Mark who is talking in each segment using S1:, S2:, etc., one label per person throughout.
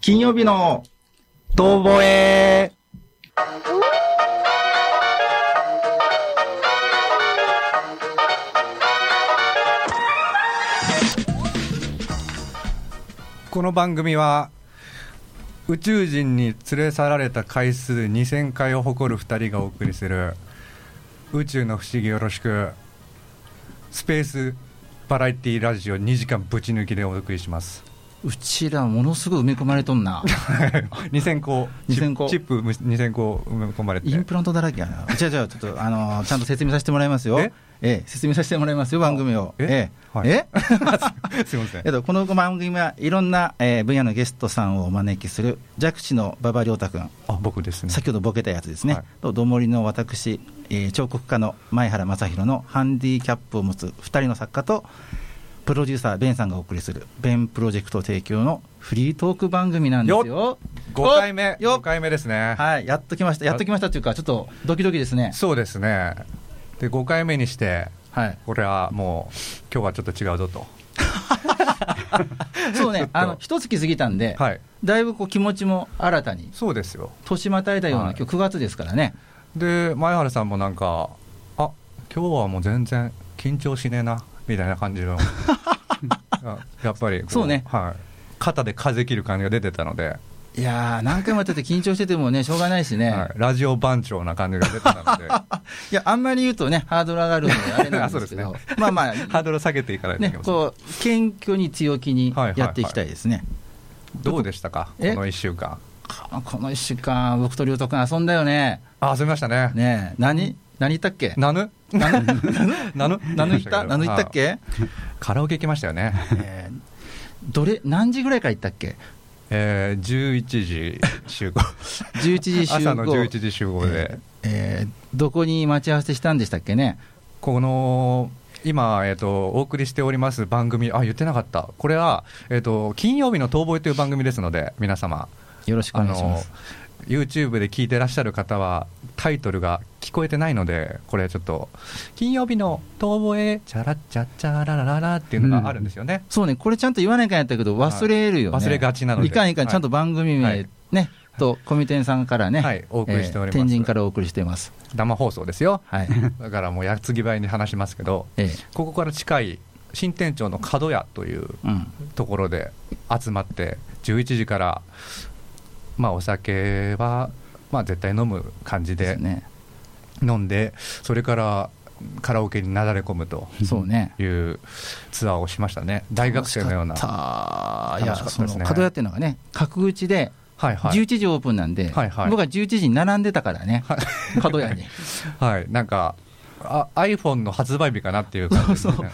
S1: 金曜日の遠吠え。
S2: この番組は宇宙人に連れ去られた回数2000回を誇る2人がお送りする宇宙の不思議よろしくスペースバラエティラジオ2時間ぶち抜きでお送りし ます
S3: うちらものすごい埋め込まれとん な
S2: 2000個チッ
S3: 2000個
S2: チップ2000個埋め込まれて
S3: インプラントだらけやな違う違うちょっとあのーちゃんと説明させてもらいますよ
S2: え
S3: ええ説明させてもらいますよ番組を
S2: え
S3: ええ
S2: はい
S3: え
S2: すいません
S3: えっと、この番組はいろんな、えー分野のゲストさんをお招きする弱視の馬場亮太君
S2: あ僕ですね
S3: 先ほどボケたやつですね、
S2: はい
S3: とどもりの私、えー彫刻家の前原正宏のハンディキャップを持つ2人の作家とプロデューサーベンさんがお送りするベンプロジェクト提供のフリートーク番組なんですよ
S2: 5回目
S3: よ
S2: 5回目ですね
S3: はいやっときましたやっときましたというかちょっとドキドキですね
S2: そうですねで5回目にして
S3: はい
S2: これはもう今日はちょっと違うぞと
S3: そう
S2: ちょっ
S3: ね
S2: と
S3: あの一月過ぎたんで、
S2: はい
S3: だいぶこう気持ちも新たに
S2: そうですよ
S3: 年またいだような、
S2: はい
S3: 今日9月ですからね
S2: で前原さんもなんかあ今日はもう全然緊張しねえなみたいな感 じのあやっぱりこ
S3: そうね
S2: はい、肩で風切る感じが出てたので、
S3: いやー何回もやってて緊張しててもねしょうがないしね、
S2: はい、ラジオ番長な感じが出てたの で
S3: いや、あんまり言うとね、ハードル上がるので、あれなんですけ
S2: あ
S3: ど、
S2: そうで
S3: まあま
S2: ハー
S3: あ、
S2: ドル下げていかないとい
S3: ね
S2: けま、せん、
S3: こう、謙虚に強気にやっていきたいですね。
S2: どうでしたかこ
S3: え
S2: の1週間
S3: ここの1週間、僕と龍斗君遊んだよね。
S2: あ遊びましたね
S3: ねえ何何言ったっけ
S2: なぬなぬな ぬ
S3: 何言った何言ったっ
S2: はい
S3: け、
S2: カラオケ行きましたよね
S3: えーどれ、何時ぐらいから行ったっけ
S2: えー、11時集合
S3: ?11 時集合。
S2: 朝の11時集合で、
S3: えーどこに待ち合わせしたんでしたっけね
S2: この今、えっとお送りしております番組あ言ってなかったこれは、えっと金曜日の「遠吠え」という番組ですので皆様
S3: よろしくお
S2: あ
S3: 願いしま
S2: の
S3: す。
S2: YouTube で聞いてらっしゃる方はタイトルが聞こえてないのでこれちょっと「金曜日の遠吠えチャラッチャッチャララララ」っていうのがあるんですよね、
S3: そうね、これちゃんと言わないかんやったけど、忘れるよね。
S2: はい忘れがちなので
S3: いかんいかん、
S2: はい
S3: ちゃんと番組名、
S2: はい
S3: ね、と、コミテンさんからね、
S2: はいお送りしております
S3: 天神からお送りしています。
S2: 生放送ですよ
S3: はい。
S2: だからもう矢継ぎ早に話しますけど
S3: ええ
S2: ここから近い新店長の角屋という
S3: うん。
S2: ところで集まって11時から、まあ、お酒は、まあ、絶対飲む感じ
S3: で
S2: です
S3: ね。
S2: 飲んでそれからカラオケになだれ込むと
S3: そうね。
S2: いうツアーをしましたね大学生のような
S3: 楽しかったいや、
S2: 楽しかった
S3: そ
S2: ですね
S3: の、角屋っていうのがね、角口で、
S2: はいはい、
S3: 11時オープンなんで、
S2: はいはい
S3: 僕は11時に並んでたからね、角 屋に。
S2: はい、なんかあ iPhone の発売日かなっていう感じです ね
S3: そう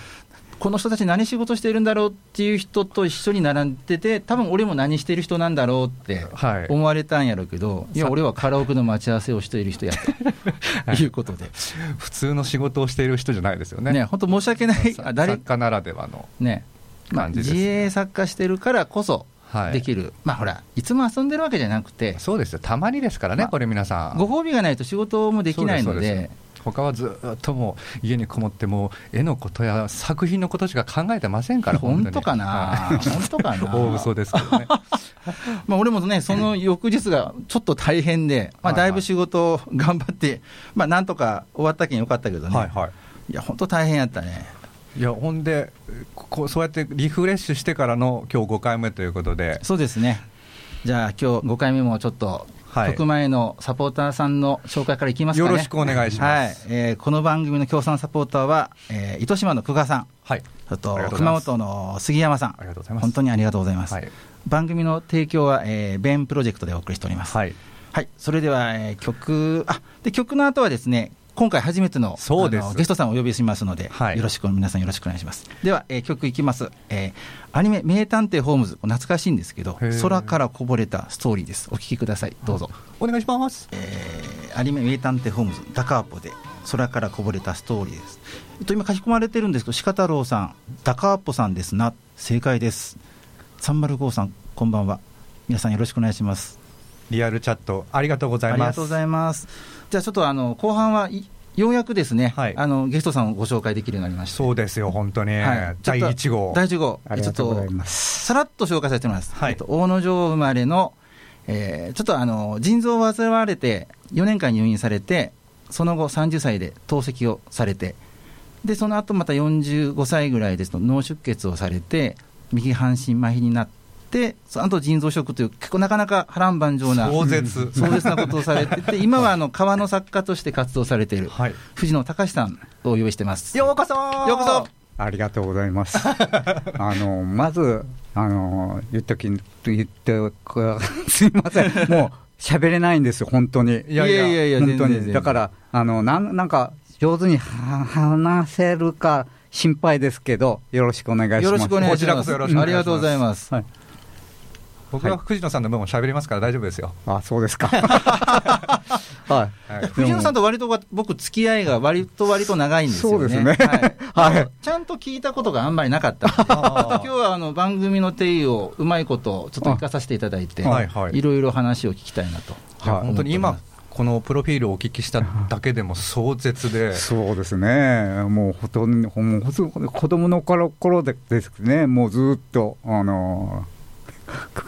S3: この人たち何仕事してるんだろうっていう人と一緒に並んでて、多分俺も何してる人なんだろうって
S2: はい
S3: 思われたんやろうけど、いや、
S2: さ
S3: 俺はカラオケの待ち合わせをしている人や ということで、
S2: 普通の仕事をしている人じゃないですよね
S3: ね、本当申し訳ない、
S2: さ
S3: あ
S2: 作
S3: 誰
S2: 家ならではの
S3: ね、まあ、
S2: 感じです
S3: 自
S2: ね
S3: 営作家してるからこそ
S2: はい
S3: できる、まあほら、いつも遊んでるわけじゃなくて、
S2: そうですよたまにですからね、
S3: まあ
S2: これ皆さん
S3: ご褒美がないと仕事もできないので、
S2: そうすそうす他はずっともう家にこもってもう絵のことや作品のことしか考えてません から
S3: 本当
S2: に
S3: かな、本当か
S2: はい
S3: な、
S2: 大嘘ですけどね
S3: まあ、俺もね、その翌日がちょっと大変で、まあ、
S2: はいは
S3: だ
S2: い
S3: いぶ仕事を頑張って、まあ、なんとか終わったけんよかったけどね、
S2: はいはい
S3: や、本当大変やったね。
S2: いやほんでここうそうやってリフレッシュしてからの今日5回目ということで
S3: そうですねじゃあ今日5回目もちょっと、
S2: はい
S3: 特前のサポーターさんの紹介からいきますかね
S2: よろしくお願いします
S3: はいえーこの番組の協賛サポーターは、えー糸島の久我さん
S2: はい
S3: あと
S2: ありがとうござい
S3: 熊
S2: ます
S3: 本の杉山さん
S2: ありがとうございます
S3: 本当にありがとうございます、
S2: はい
S3: 番組の提供は、えー、ベンプロジェクトでお送りしております
S2: はい
S3: はい、それでは、えー曲あで曲の後はですね今回初めての
S2: そうです
S3: あのゲストさんをお呼びしますので、
S2: はい
S3: よろしく皆さんよろしくお願いしますでは、えー曲いきます、えーアニメ「名探偵ホームズ」懐かしいんですけど
S2: へー
S3: 空からこぼれたストーリーですお聴きくださいどうぞ、
S2: お願いします
S3: えーアニメ「名探偵ホームズ」ダカーポで空からこぼれたストーリーです、えっと、今書き込まれてるんですけど鹿太郎さんダカーポさんですな正解です305さんこんばんは皆さんよろしくお願いします
S2: リアルチャットありがとうございます
S3: ありがとうございます。じゃあちょっとあの後半はいようやくですね、
S2: はい
S3: あのゲストさんをご紹介できるようになりました。
S2: そうですよ、本当に。
S3: はい
S2: 第1号。
S3: 第1号
S1: ありがとうございます
S3: さらっと紹介させてもらいます、
S2: はい
S3: えっと大野城生まれの、えーちょっとあの腎臓を患われて4年間入院されてその後30歳で透析をされてでその後また45歳ぐらいですと脳出血をされて右半身麻痺になってその後腎臓移植という結構なかなか波乱万丈な
S2: 壮絶。
S3: 壮絶なことをされてて今はあの川の作家として活動されている
S2: はい。
S3: 藤野隆さんをお呼びしてます
S2: うこそ
S3: ようこそ
S1: ありがとうござい ます。あのまずあの言っとき言っておくすい ませんもう喋れないんですよ本当に。
S2: いやいや
S3: いやいや
S1: 本当
S3: 全然全然
S1: にだからあのなんなんか上手には話せるか心配ですけどよろしくお願いします。
S3: よろしくお願いし
S2: こちらこ
S3: ま
S2: そ
S3: す。
S2: よろしくお願いします
S3: ありがとうございます。
S1: はい。
S2: 僕は藤野さんの分も喋りますから大丈夫ですよ。
S1: あそ うですか。はい。
S2: はい。
S3: 藤野さんと割と僕、付き合いが割と割と長いんですよね。
S1: そうですね
S3: はい
S1: はい。
S3: ちゃんと聞いたことがあんまりなかったので今日はあの番組の定義をうまいことちょっと聞かさせていただいて、
S2: あはい
S3: い
S2: はい
S3: ろいろ話を聞きたいなと。
S2: いや
S1: はい
S2: 本当に今、このプロフィールをお聞きしただけでも壮絶で、
S1: そうですね、もうほとんど、もうほとんど子供の頃頃でですね、もうずっと、あのー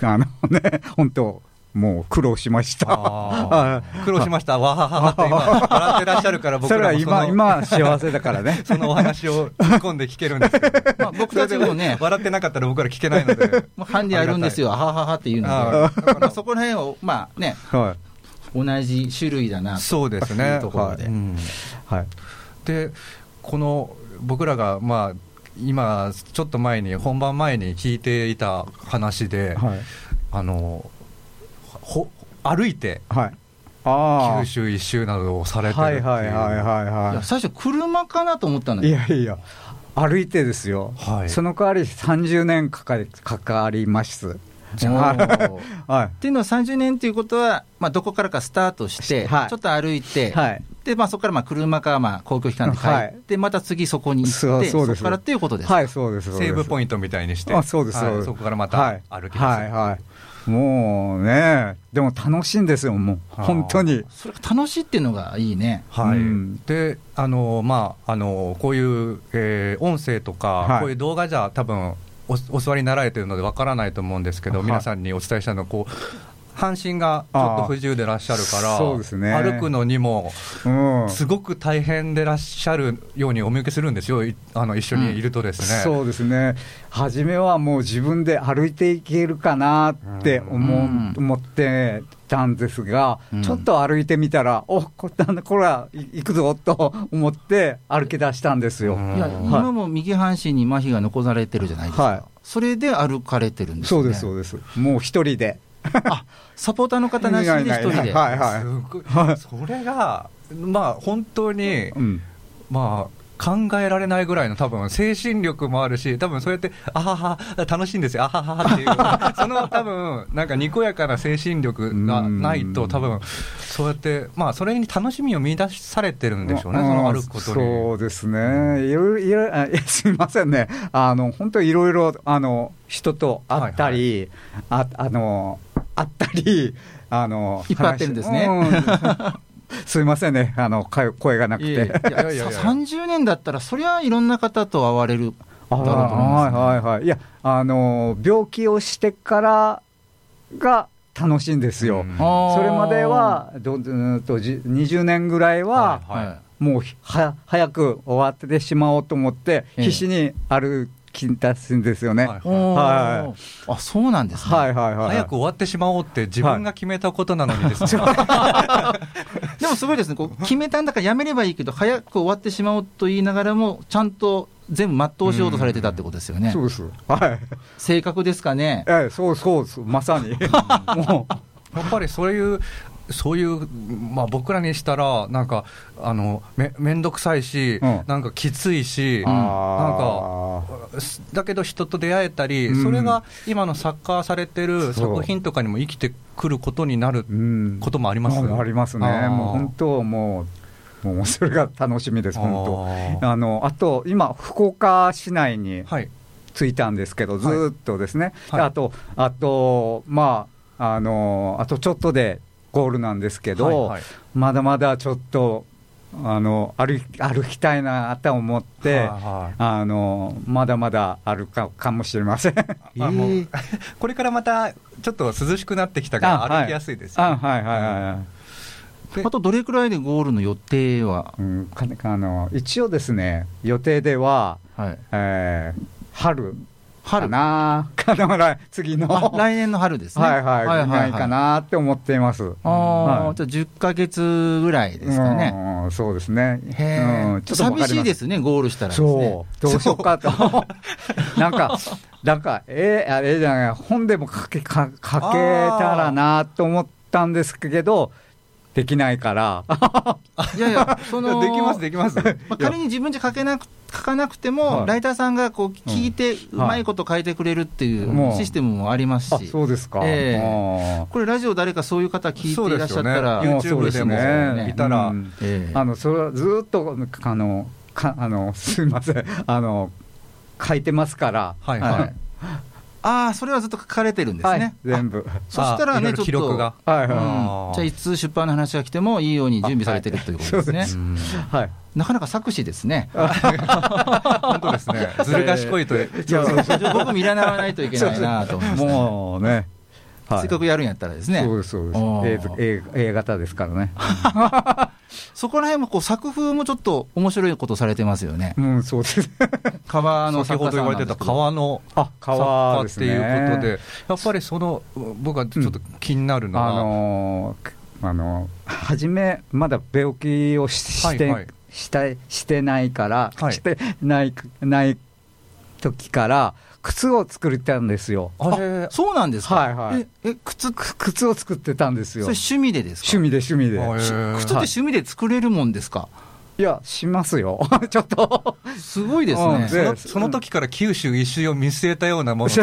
S1: あのね、本当、もう苦労しました。
S2: あー苦労しました、わはははって今、笑ってらっしゃるから、僕
S1: それ
S2: ら
S1: は
S2: もそ
S1: 今、
S2: の
S1: 今は幸せだから
S2: 。
S1: ね
S2: そのお話を突っ込んで聞けるんです けど、、
S3: まあ、僕たちもね
S2: 笑ってなかったら僕ら聞けないので、
S3: もうハンディあるんですよ、あはははっていうの
S2: あ
S3: で、だからそこら辺を、まあね、
S1: は
S3: 同じ種類だなと
S2: そうです
S3: い
S2: ね
S3: う。ところで
S2: う。ん
S1: い。はい。
S2: でこの僕らがまあ今ちょっと前に本番前に聞いていた話で、
S1: はい。
S2: あのほ歩いて
S1: はい。ああ。
S2: 九州一周などをされてるっ
S1: は
S2: てい
S1: いうはいはいはい
S3: いや
S1: は
S3: 最初、車かなと思ったの
S1: い。い
S3: よ。
S1: やいや、歩いてですよ。
S2: はい
S1: その代わり30年かかりかかります。
S3: おー
S1: は
S3: っていうのは30年ということは、まあ、どこからかスタートして、
S1: はい
S3: ちょっと歩いて、
S1: い。はい。
S3: でまあ、そこからまあ車かまあ公共機関で帰
S1: はい
S3: って、また次そこに行って、
S1: そうそうです
S3: こからっていうことです。
S1: はい、そうです。そうです
S2: セーブポイントみたいにして
S1: あそうです、
S2: はい
S1: そうです
S2: そこからま
S1: は
S2: た
S1: い
S2: 歩き
S1: は
S2: ま
S1: い
S2: す
S1: はいもうねでも楽しいんですよもう
S2: あー
S1: 本当に
S3: それが楽しいっていうのがいいね。
S2: はい
S1: うん
S2: であのまああのこういう、えー音声とか、
S1: はい
S2: こういう動画じゃ多分おお座りになられてるのでわからないと思うんですけど、
S1: はい
S2: 皆さんにお伝えしたいのはこう半身がちょっと不自由でらっしゃるか
S1: あ
S2: ら
S1: ーそうですね
S2: 歩くのにも
S1: うん
S2: すごく大変でらっしゃるようにお見受けするんですよいあの一緒にいるとですね。
S1: そうですね初めはもう自分で歩いていけるかなって思う
S3: うん
S1: 思ってたんですが、
S3: うん
S1: ちょっと歩いてみたらおこなんだこれはい行くぞと思って歩き出したんですよ、
S2: うん
S3: いや、
S2: はい
S3: 今も右半身に麻痺が残されてるじゃないですか、
S1: はい
S3: それで歩かれてるんです
S1: そ
S3: よね。
S1: うですそうですもう一人で
S3: あサポーターの方なしで一人で。
S1: いないいないはいはい
S2: すごいそれが、まあ、本当に、
S1: うん
S2: まあ考えられないぐらいの多分精神力もあるし多分そうやってあはは楽しいんですよあははっていう その多分なんかにこやかな精神力がないと
S1: うん
S2: 多分そうやってまあそれに楽しみを見出されてるんでしょうねその
S1: あ
S2: あること
S1: そ
S2: に
S1: うですね、いろいろいろあいや すみませんね、あの本当、いろいろあの人と会ったり、ああの会ったり、あの
S3: いっぱい会ってるんですね
S1: 話うん すみませんね、あのか声がなく
S3: いやい
S1: て。
S2: いやいやい
S3: や
S2: や
S3: 30年だったら、そりゃいろんな方と会われる
S1: あ
S3: だろうと思います、ね
S1: はいはいはい、いやあの、病気をしてからが楽しいんですよ、
S2: う
S3: あ
S2: ん
S3: ー
S1: それまではどうーんとじ20年ぐらいは、
S2: はい
S3: はい
S1: もうひは早く終わってしまおうと思って、
S3: ええ
S1: 必死に歩き出すんですよね。
S2: はい
S3: おー
S1: は
S3: あそうなんですね、
S1: はいはいはい。
S2: 早く終わってしまおうって自分が決めたことなのにですね、
S3: でもすごいですね、こう決めたんだからやめればいいけど、早く終わってしまおうと言いながらも、ちゃんと全部全うしようとされてたってことですよね
S1: そ、うです。はい。
S3: 性格ですかね、
S1: ええ、そうそうそう、まさに。も
S2: やっぱりそういう、そういう、まあ、僕らにしたら、なんか、あのめ面倒くさいし、
S1: うん
S2: なんかきついし、
S1: う。
S2: な
S1: あー
S2: すだけど人と出会えたり、
S1: うん
S2: それが今の作家されてる
S1: そう
S2: 作品とかにも生きてくることになる
S1: うん。
S2: こともあります、
S1: あありますね。
S2: あー
S1: もう本当、もう、もうそれが楽しみです、本当。
S2: あー
S1: あの、あと、今、福岡市内に
S2: はい、
S1: 着いたんですけど、ずーっとですね、
S2: はい
S1: あと、あと、まあ、あのあとちょっとでゴールなんですけど、
S2: はいはい
S1: まだまだちょっと、あの歩き歩きたいなと思って、
S2: はいはい
S1: あのまだまだあるかかもしれません。
S2: あも
S3: え
S2: う
S3: ー
S2: これからまたちょっと涼しくなってきたから歩きやすいですよ
S1: あ
S2: ね、
S1: はいはいはいはい。
S3: あとどれくらいでゴールの予定は、
S1: うん、かあの一応ですね予定では、
S3: はい、
S1: えー春
S3: 春
S1: かな かな来次の
S3: あ来年の春ですね。
S1: はいはい、
S3: はいはい、
S1: ぐらいかなって思っています。
S3: ああ、
S1: はい
S3: じゃあ10ヶ月ぐらいですかね。
S1: うん、そうですね。
S3: へえ、
S1: うん。
S3: ちょっと寂しいですすね、ゴールしたらですね
S1: そ。う、どうしようかと。 なんか、なんか、えー、あれじゃない、本でも書け、か書けたらなと思ったんですけど、できないから。
S3: いやいや、その
S2: できますでき ます
S3: まあ、仮に自分じゃ書けなく書かなくても、
S1: はい
S3: ライターさんがこう聞いて、うまいこと書いてくれるってい
S1: も
S3: う
S1: う
S3: システムもあります
S1: あ、
S3: し、
S1: そうですか。
S3: ええ
S1: あー
S3: これ、ラジオ誰かそういう方聞い
S2: そう
S3: てい
S2: で
S3: らっ
S2: す
S3: しゃ
S2: よ
S3: っ
S2: ね
S3: たら、
S1: もう
S2: YouTube で
S3: そ
S2: も
S3: うですね
S2: いたら、
S1: うん
S3: ええ
S1: あのそれはずーっとあのかあのすみませんあの書いてますから、
S2: はいはい
S3: ああ、それはずっと書かれてるんです
S1: はい
S3: ね。
S1: 全部
S3: そしたら
S2: あいろ
S3: ね、
S2: い
S3: ち
S2: ろ
S3: ょっと
S2: 記録が、
S1: はい
S3: うん
S1: は
S2: あー
S3: じゃあ、いつ出版の話が来てもいいように準備されてるということですね。
S1: はいそう
S2: うん
S1: い、はい、
S3: なかなか作詞ですね。
S2: 本当ですねずる賢いと
S1: いや
S3: 僕見習わないといけないなと思いますね、
S1: もうね、はい、
S3: せっかくやるんやったらですね。
S1: そうですそう
S3: あ
S1: です
S3: ー
S1: A と A, A 型ですからね
S3: そこら辺もこう作風もちょっと面白いことされてますよね。
S1: うんそうです
S3: カバーの
S2: 先
S3: 作家
S2: ほど
S3: さ
S2: 言
S3: んな
S2: わ
S3: ん
S2: れ
S3: で
S2: て
S3: すけ
S2: た
S3: ど
S2: 川の
S1: あ
S2: 作
S1: 川
S2: 家
S1: で
S2: っ
S1: す
S2: て
S1: ね
S2: いうことでやっぱりその僕はちょっと気になるの
S1: あ
S2: は、
S1: のーあのー初めまだ病気をし
S2: はい
S1: して、
S2: はい
S1: したしてないから、
S2: はい
S1: してないない時から靴を作りたんですよ。
S2: あれ
S3: あそうなんですか。
S1: はいはい
S3: ええ靴そ
S1: く靴を作ってたんです
S3: れ
S1: よ。
S3: 趣味でですか。
S1: 趣味で趣味で。
S2: あへ
S3: し
S2: え
S3: 靴って趣味で作れるもんですか。
S1: いやしますよ。 ちょっと。
S3: すごいです
S1: うん
S2: そ
S1: で
S3: ね。
S2: のその時から九州一周を見据えたようなもの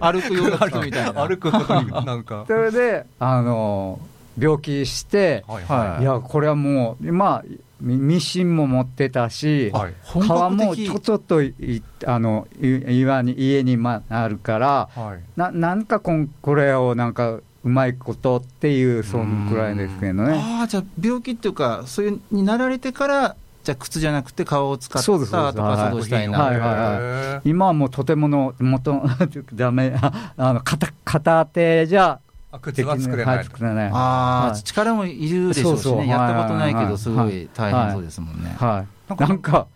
S3: 歩くような人みたいな。
S2: 歩くことになんか
S1: それであのー病気して、、
S2: はい
S3: はい
S1: やこれはもうまあミミシンも持ってたし。
S2: はい
S3: 本
S1: 川
S3: 格
S1: も
S3: 的
S1: ちょちょっといあのい岩に家にまあるから
S2: はい
S1: ななんかこんこれをなんかうまいことっていうそのくらいですけどね
S3: ああじゃあ病気っていうかそういうになられてからじゃあ靴じゃなくて顔を使った
S1: そうですそう
S3: と
S1: です
S3: か活動したいな。
S1: はいはい
S2: へえ
S1: 今はもうとてもの元 ダメああの片片手じゃ
S2: あ
S1: で
S2: 靴
S1: き
S2: は作れ
S1: は
S2: ないいと
S1: 作れない
S3: あ
S1: は
S3: あ
S1: い
S3: 力もいるでしょうし
S1: そうそう
S3: ね。やったことないけ
S1: はいはいは
S3: ど
S1: い
S3: すごい大変そうですもんね。
S1: はい
S2: な
S1: なん
S2: か
S1: んか好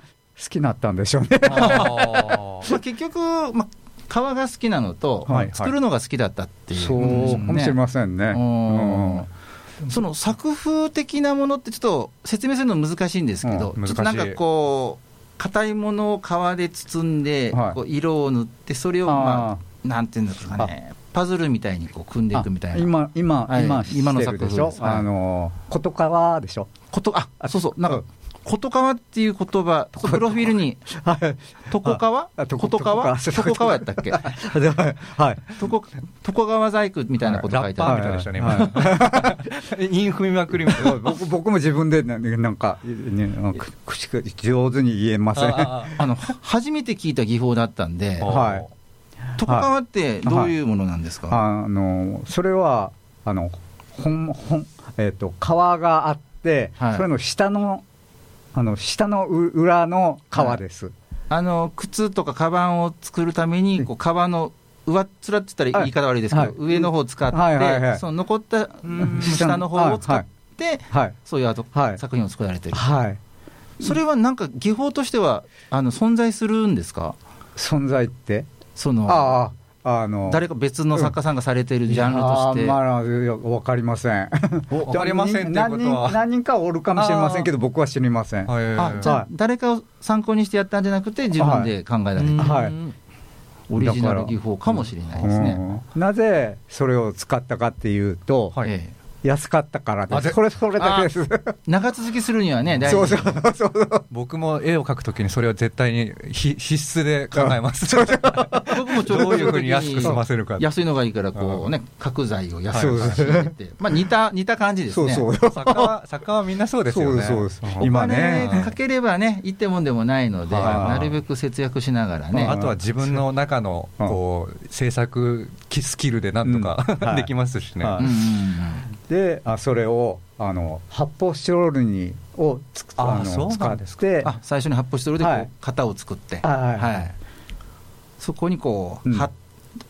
S1: きになったんでしょうね
S2: あー
S3: まあ、結局、まあ、革が好きなのと、
S2: はいはい
S3: 作るのが好きだったっていう
S1: そう
S3: ことです
S1: か
S3: もん
S1: もしれ
S3: ね
S1: ませんね
S3: うん
S1: う
S3: その作風的なものって、ちょっと説明するの難しいんですけど、
S2: うん
S3: ちょっとなんかこう、硬いものを革で包んで、
S1: はい
S3: こう色を塗って、それを、
S1: ん
S3: ま
S1: あ
S3: あ、なんていうんですかね、パズルみたいにこう組んでい
S1: ー
S3: くみた
S1: あ
S3: いな
S1: 今今
S3: はい
S1: 今
S3: 今の
S1: してるで
S3: 作
S1: し
S3: 風
S1: ょ
S3: ですはい
S1: あのことかわでしょ
S3: こと、あそうそう、なん
S1: う
S3: か
S1: ん、
S3: ことかわっていう言葉、プロフィールに、
S1: はい
S3: とこかわ
S1: あと
S3: と
S1: こ
S3: こかわ
S1: と
S3: と
S1: こかわ
S3: こかわやったっけ
S1: ではいはい
S3: とこ、とこかわ細工みたいなこと書いてある。
S2: みたいでしたね
S1: は
S2: 今韻踏みまくりみたいな
S1: はい僕僕も自分でななんか、ね、なんか口が上手に言えません。
S2: あ
S3: あのは初めて聞いた技法だったんで
S2: ー、
S1: はい
S3: 床川ってどういうものなんですか、
S1: あのそれはあの本本えっ、と川があって、
S3: はい
S1: それの下のあの下のう裏の川です。
S3: あの靴とかカバンを作るために、こう革の上っ面って言ったら
S1: は
S3: 言
S1: い
S3: い方悪いですけど、
S1: はい
S3: 上の方を使って、
S1: はいはいはい
S3: その残った
S2: ん
S3: 下の方を使って、
S1: はい
S3: そういうアート、
S1: はい
S3: 作品を作られてる、
S1: はい
S3: それはなんか技法としてはあの存在するんですか、
S1: 存在って
S3: その
S1: あああの
S3: 誰か別の作家さんがされてるジャンルとして。
S1: あーまあいやわかりませ ん。
S2: わかりませんっていうこと
S1: 何人
S2: は
S1: 何人かおるかもしれませんけど僕は知りません。
S2: はい
S3: あじゃ
S1: は
S3: あ
S1: い
S3: 誰かを参考にしてやったんじゃなくて自分で考えられてる、
S1: はい
S2: うん
S3: オリジナル技法かもしれないですね。
S1: うんなぜそれを使ったかっていうと、
S2: はい
S3: え
S1: 安かったからで
S2: あ
S1: す。
S2: で
S1: これそれだけです。
S3: え長続きするにはね、大
S1: そ
S3: 事
S1: うそうそうそう。
S2: 僕も絵を描くときにそれは絶対にひ必須で考えます
S3: 僕もちょう
S2: ど
S3: ど
S2: ういうふうに安く済ませるか
S3: 安いのがいいから、こうね、角材を安
S1: そ
S3: く
S1: う
S3: 仕入れて、まあ似た、似た感じです
S1: そう
S3: ね。
S1: そうう。
S2: 作家は作家はみんなそうですよね
S1: そうですそうです
S2: ん
S1: 今
S3: ね
S1: ね、
S3: かければね、いいってもんでもないので、
S2: はい
S3: なるべく節約しながら
S1: う
S3: ね
S1: ん
S2: あ。とは自分の中の
S1: う ん
S2: こう制作きスキルでなんとか、
S1: うんはい
S2: できますしね、
S1: は
S3: うんうん
S1: であそれをあの発泡スチロールにをつく
S2: あ
S1: あ
S2: そう
S1: の
S2: な
S1: 使
S2: ん
S1: っ
S2: です
S1: て
S3: あ最初に発泡スチロールでこう、
S1: はい
S3: 型を作って、
S1: あはい
S3: そこにこう、
S1: うん
S3: は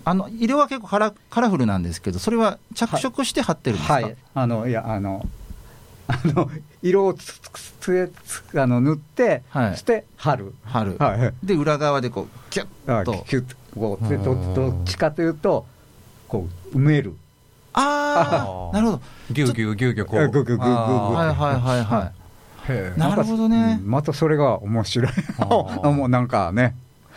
S3: あの色は結構カラカラフルなんですけどそれは着色して貼ってるんですか、
S1: はいあのいやあの あの色をつつつつつあの塗って、
S3: はい
S1: して貼る
S3: 貼る、
S1: はい
S3: で裏側でこうキュッ
S1: あ
S3: と
S1: キュッとこうでど
S2: うん
S1: どっちかというとこう埋める
S3: あ
S2: あ
S3: あ
S2: ー
S3: なるほど
S2: ぎゅうぎゅうぎゅうぎゅうこ
S1: あ
S2: う
S1: ぐぐぐぐぐ
S2: あー
S3: はいはいはいは
S2: へ
S3: い
S2: え
S3: なるほどね
S1: うんまたそれが面白い
S2: あー
S1: もうなんかね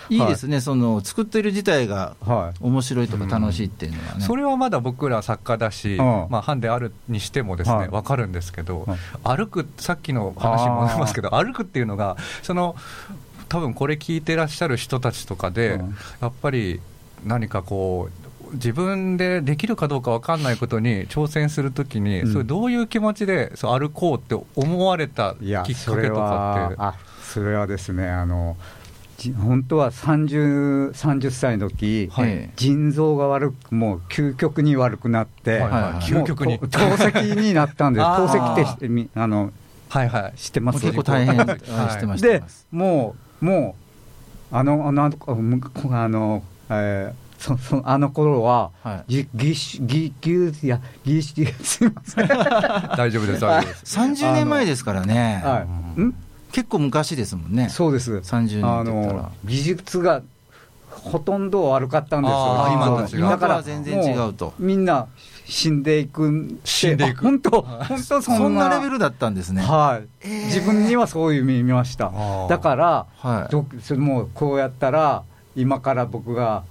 S3: いいですね、その作ってる自体が
S1: はい
S3: 面白いとか楽しいっていうのはね、
S2: それはまだ僕ら作家だし、
S1: うん
S2: まあ、ハンデあるにしてもですね、
S1: はい
S2: わかるんですけど、歩くさっきの話に
S1: あー
S2: 戻りますけど歩くっていうのがその多分これ聞いてらっしゃる人たちとかで、
S1: うん
S2: やっぱり何かこう自分でできるかどうかわかんないことに挑戦するときに、
S1: うん
S2: それどういう気持ちでそう歩こうって思われた
S1: い
S2: きっ
S1: や
S2: かけ
S1: それ
S2: とか
S1: は
S2: って。
S1: あそれはですねあのじ本当は 30, 30歳の時、
S3: はい
S1: 腎臓が悪くもう究極に悪くなっ
S2: は
S1: て、
S2: い
S3: はいはい
S2: 究極に
S1: もう透析になったんです透
S2: あー
S1: 析ってしてみあの
S2: はいはい
S1: してま
S3: もう
S1: す
S3: 結構大変
S2: はい
S3: してました
S1: でもうもうあのあのあのあの、えーそそあの頃は、
S3: は
S1: ぎぎしぎぎゅいやぎしすいません、は
S2: 大丈夫です大丈夫です
S3: 30年前ですからね、
S1: い、ん
S3: 結構昔ですもんね
S1: そうです
S3: 30年
S1: あ
S3: って言ったら
S1: の技術がほとんど悪かったんですよ
S2: あー今
S1: 腎臓の
S2: と違う
S1: だから
S3: 今とは全然違うと
S1: もみんな死んでいくん
S2: 死んでいく
S1: あ本当本当そんな
S3: そんなレベルだったんですね
S1: はい、自分にはそういう見ました
S2: ー
S1: だから、
S3: はい
S1: どそれもうこうやったら今から僕が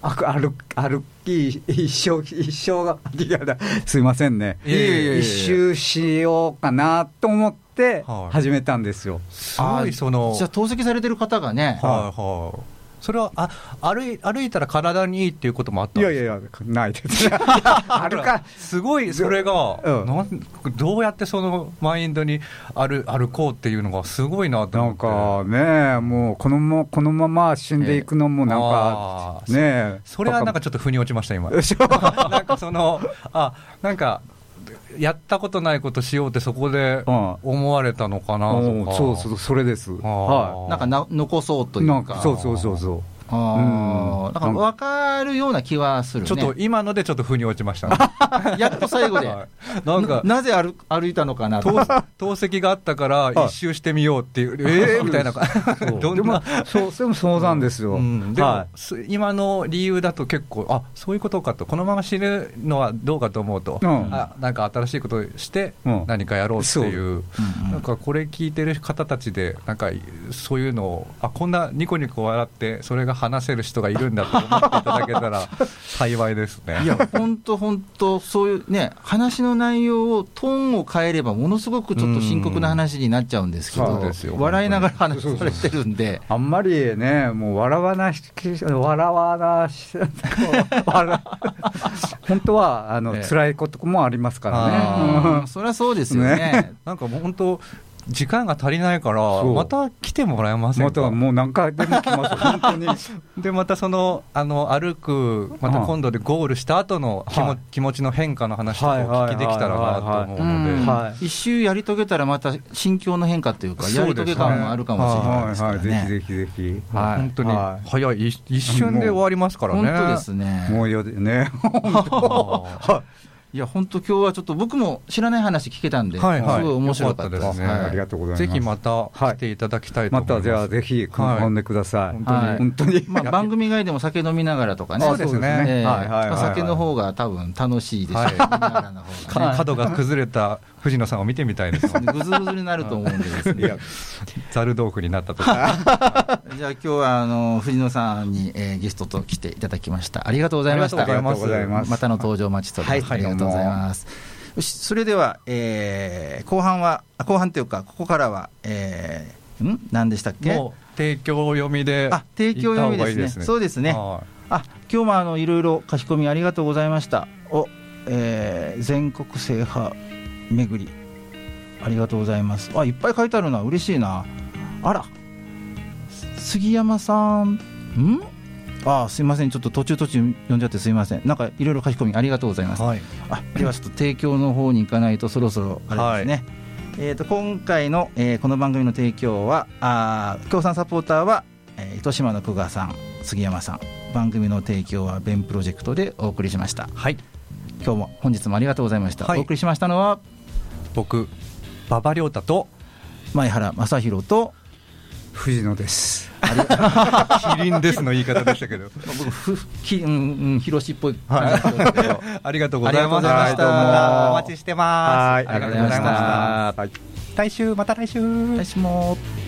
S1: あ歩歩き一生一生がいやだすいませんね
S2: いえいえいえいえ
S1: 一周しようかなと思って
S2: はい
S1: 始めたんですよ、
S2: すごいその
S3: じゃあ透析されてる方がね、
S2: はいはい。それはあ歩い歩いたら体にいいっていうこともあった
S1: い
S2: ん
S1: や
S2: ですか
S1: いやいやないです あるか
S2: すごいそれが、
S1: うん
S2: なんどうやってそのマインドに歩歩こうっていうのがすごいなと
S1: な
S2: 思っ
S1: ん
S2: て
S1: かねもうこのまこのまま死んでいくのもなん
S2: あー
S1: か、ね
S2: それはなんかちょっと腑に落ちました今
S1: よいし ょ
S2: なんかそのあなんかやったことないことしようってそこで
S1: うん
S2: 思われたのかな
S1: う
S2: と
S1: ん
S2: か
S1: そうそうそれですは
S3: なんかな残そう
S1: い
S3: という
S1: なん
S3: か
S1: かそうそうそうそう
S3: あ
S1: うん
S3: ーなんか分かるような気はするね
S2: ちょっと今のでちょっと腑に落ちましたね
S3: やっと最後で
S2: はいなんか
S3: なぜ歩歩いたのかなと
S2: 透透析があったから一周してみようっていう、えーみたいな どん
S1: でも
S2: な
S1: そうそれもそうなんですよ、
S2: うんでも、
S1: は
S2: す今の理由だと結構あそういうことかとこのまま死ぬのはどうかと思うと、
S1: うん
S2: あなんか新しいことをして
S1: うん
S2: 何かやろうっていう、
S3: うんうん
S2: なんかこれ聞いてる方たちでなんかそういうのをあこんなニコニコ笑ってそれが話せる人がいるんだと思っていただけたら幸いですね。
S3: いや、本当、本当、そういうね、話の内容を、トーンを変えれば、ものすごくちょっと深刻な話になっちゃうんですけ
S1: うん
S3: ど
S2: そうですよ、
S3: 笑いながら話されてるんで、
S1: い、あんまりねもう笑わない笑わなし笑本当はあの、
S3: ええ
S1: 辛いこともありますから
S3: あ
S1: ね
S3: ーそりゃそうですよね。
S2: なんかもう本当時間が足りないから
S1: そう
S2: また来てもらえません
S1: ま
S2: か
S1: たもう何回でも来ます本当に
S2: でまたそのあの歩くまた今度でゴールした後の気も、
S1: はい
S2: 気持ちの変化の話とか
S1: はいはい
S2: お聞きできたらなと思
S3: う
S2: うので、
S3: ん
S1: は
S3: 一周やり遂げたらまた心境の変化というか、やり遂げ感もあるかもしれないですか
S1: はい
S3: ら
S1: はいぜひ
S3: ね。
S1: ぜひぜひ、
S3: はい
S2: 本当に
S1: はい
S2: 早い一一瞬で終わりますからね。
S3: 本当ですね。
S1: もうよね
S2: あ
S3: いや、本当、今日はちょっと僕も知らない話聞けたんで、すご
S2: はい
S3: い
S2: はい
S3: 面白かった
S2: よ
S3: で
S2: かった
S3: す。
S2: ですね
S3: はい
S1: ありがとうござい
S2: ー
S1: ます
S2: ぜひまた来ていただきたいと
S1: ま
S2: 思いま
S1: た
S2: す。
S1: じゃあぜひ
S2: はい
S1: 呼んでください、
S3: はい
S1: 本当に、
S3: まあ、番組外でも酒飲みながらとかね、
S2: そうですね
S3: ええ
S1: はいはいはいはい
S3: 酒の方が多分楽しいでしょう、
S2: はい
S3: 飲みながらの方がね。
S2: か角が崩れた藤野さんを見てみたいです。
S3: ぐずぐずになると思うんでです
S1: い
S3: ね
S1: や、
S2: ザル豆腐になったとか。
S3: じゃあ今日はあの藤野さんに、えーゲストと来ていただきましたありがとうございました
S2: ありがとうござい
S1: ます
S3: たの登場お待ちしております、
S1: は
S3: あ
S1: い
S3: りがとうございますよしそれでは、えー後半はあ後半というかここからは、えー、ん何でしたっけ
S2: もう提供読みで。
S3: あ提供読みですねそうですね
S2: はい
S3: あ今日もあのいろいろ書き込みありがとうございましたお、えー全国制覇巡りありがとうございますあいっぱい書いてあるな嬉しいなあらす杉山さんんああすいませんちょっと途中途中読んじゃってすいませんなんかいろいろ書き込みありがとうございます、
S2: はい
S3: あではちょっと提供の方に行かないとそろそろあれですね、えー、と今回の、えーこの番組の提供はあー協賛サポーターは、えー糸島の久我さん杉山さん番組の提供は弁プロジェクトでお送りしました
S2: はい
S3: 今日も本日もありがとうございました、
S2: はい
S3: お送りしましたのは
S2: 僕馬場亮太と
S3: 前原正宏と
S1: 藤野です。
S2: キリンですの言い方でしたけど
S3: まあ僕ふき、うんうん、広しっぽい 感じだったんですけど、
S2: ありがとうございました
S3: ありがとうございました
S2: はいどうもお待ちしてます
S1: はい
S2: ありがとうございました
S3: あ
S2: 来週また来週
S3: お願いします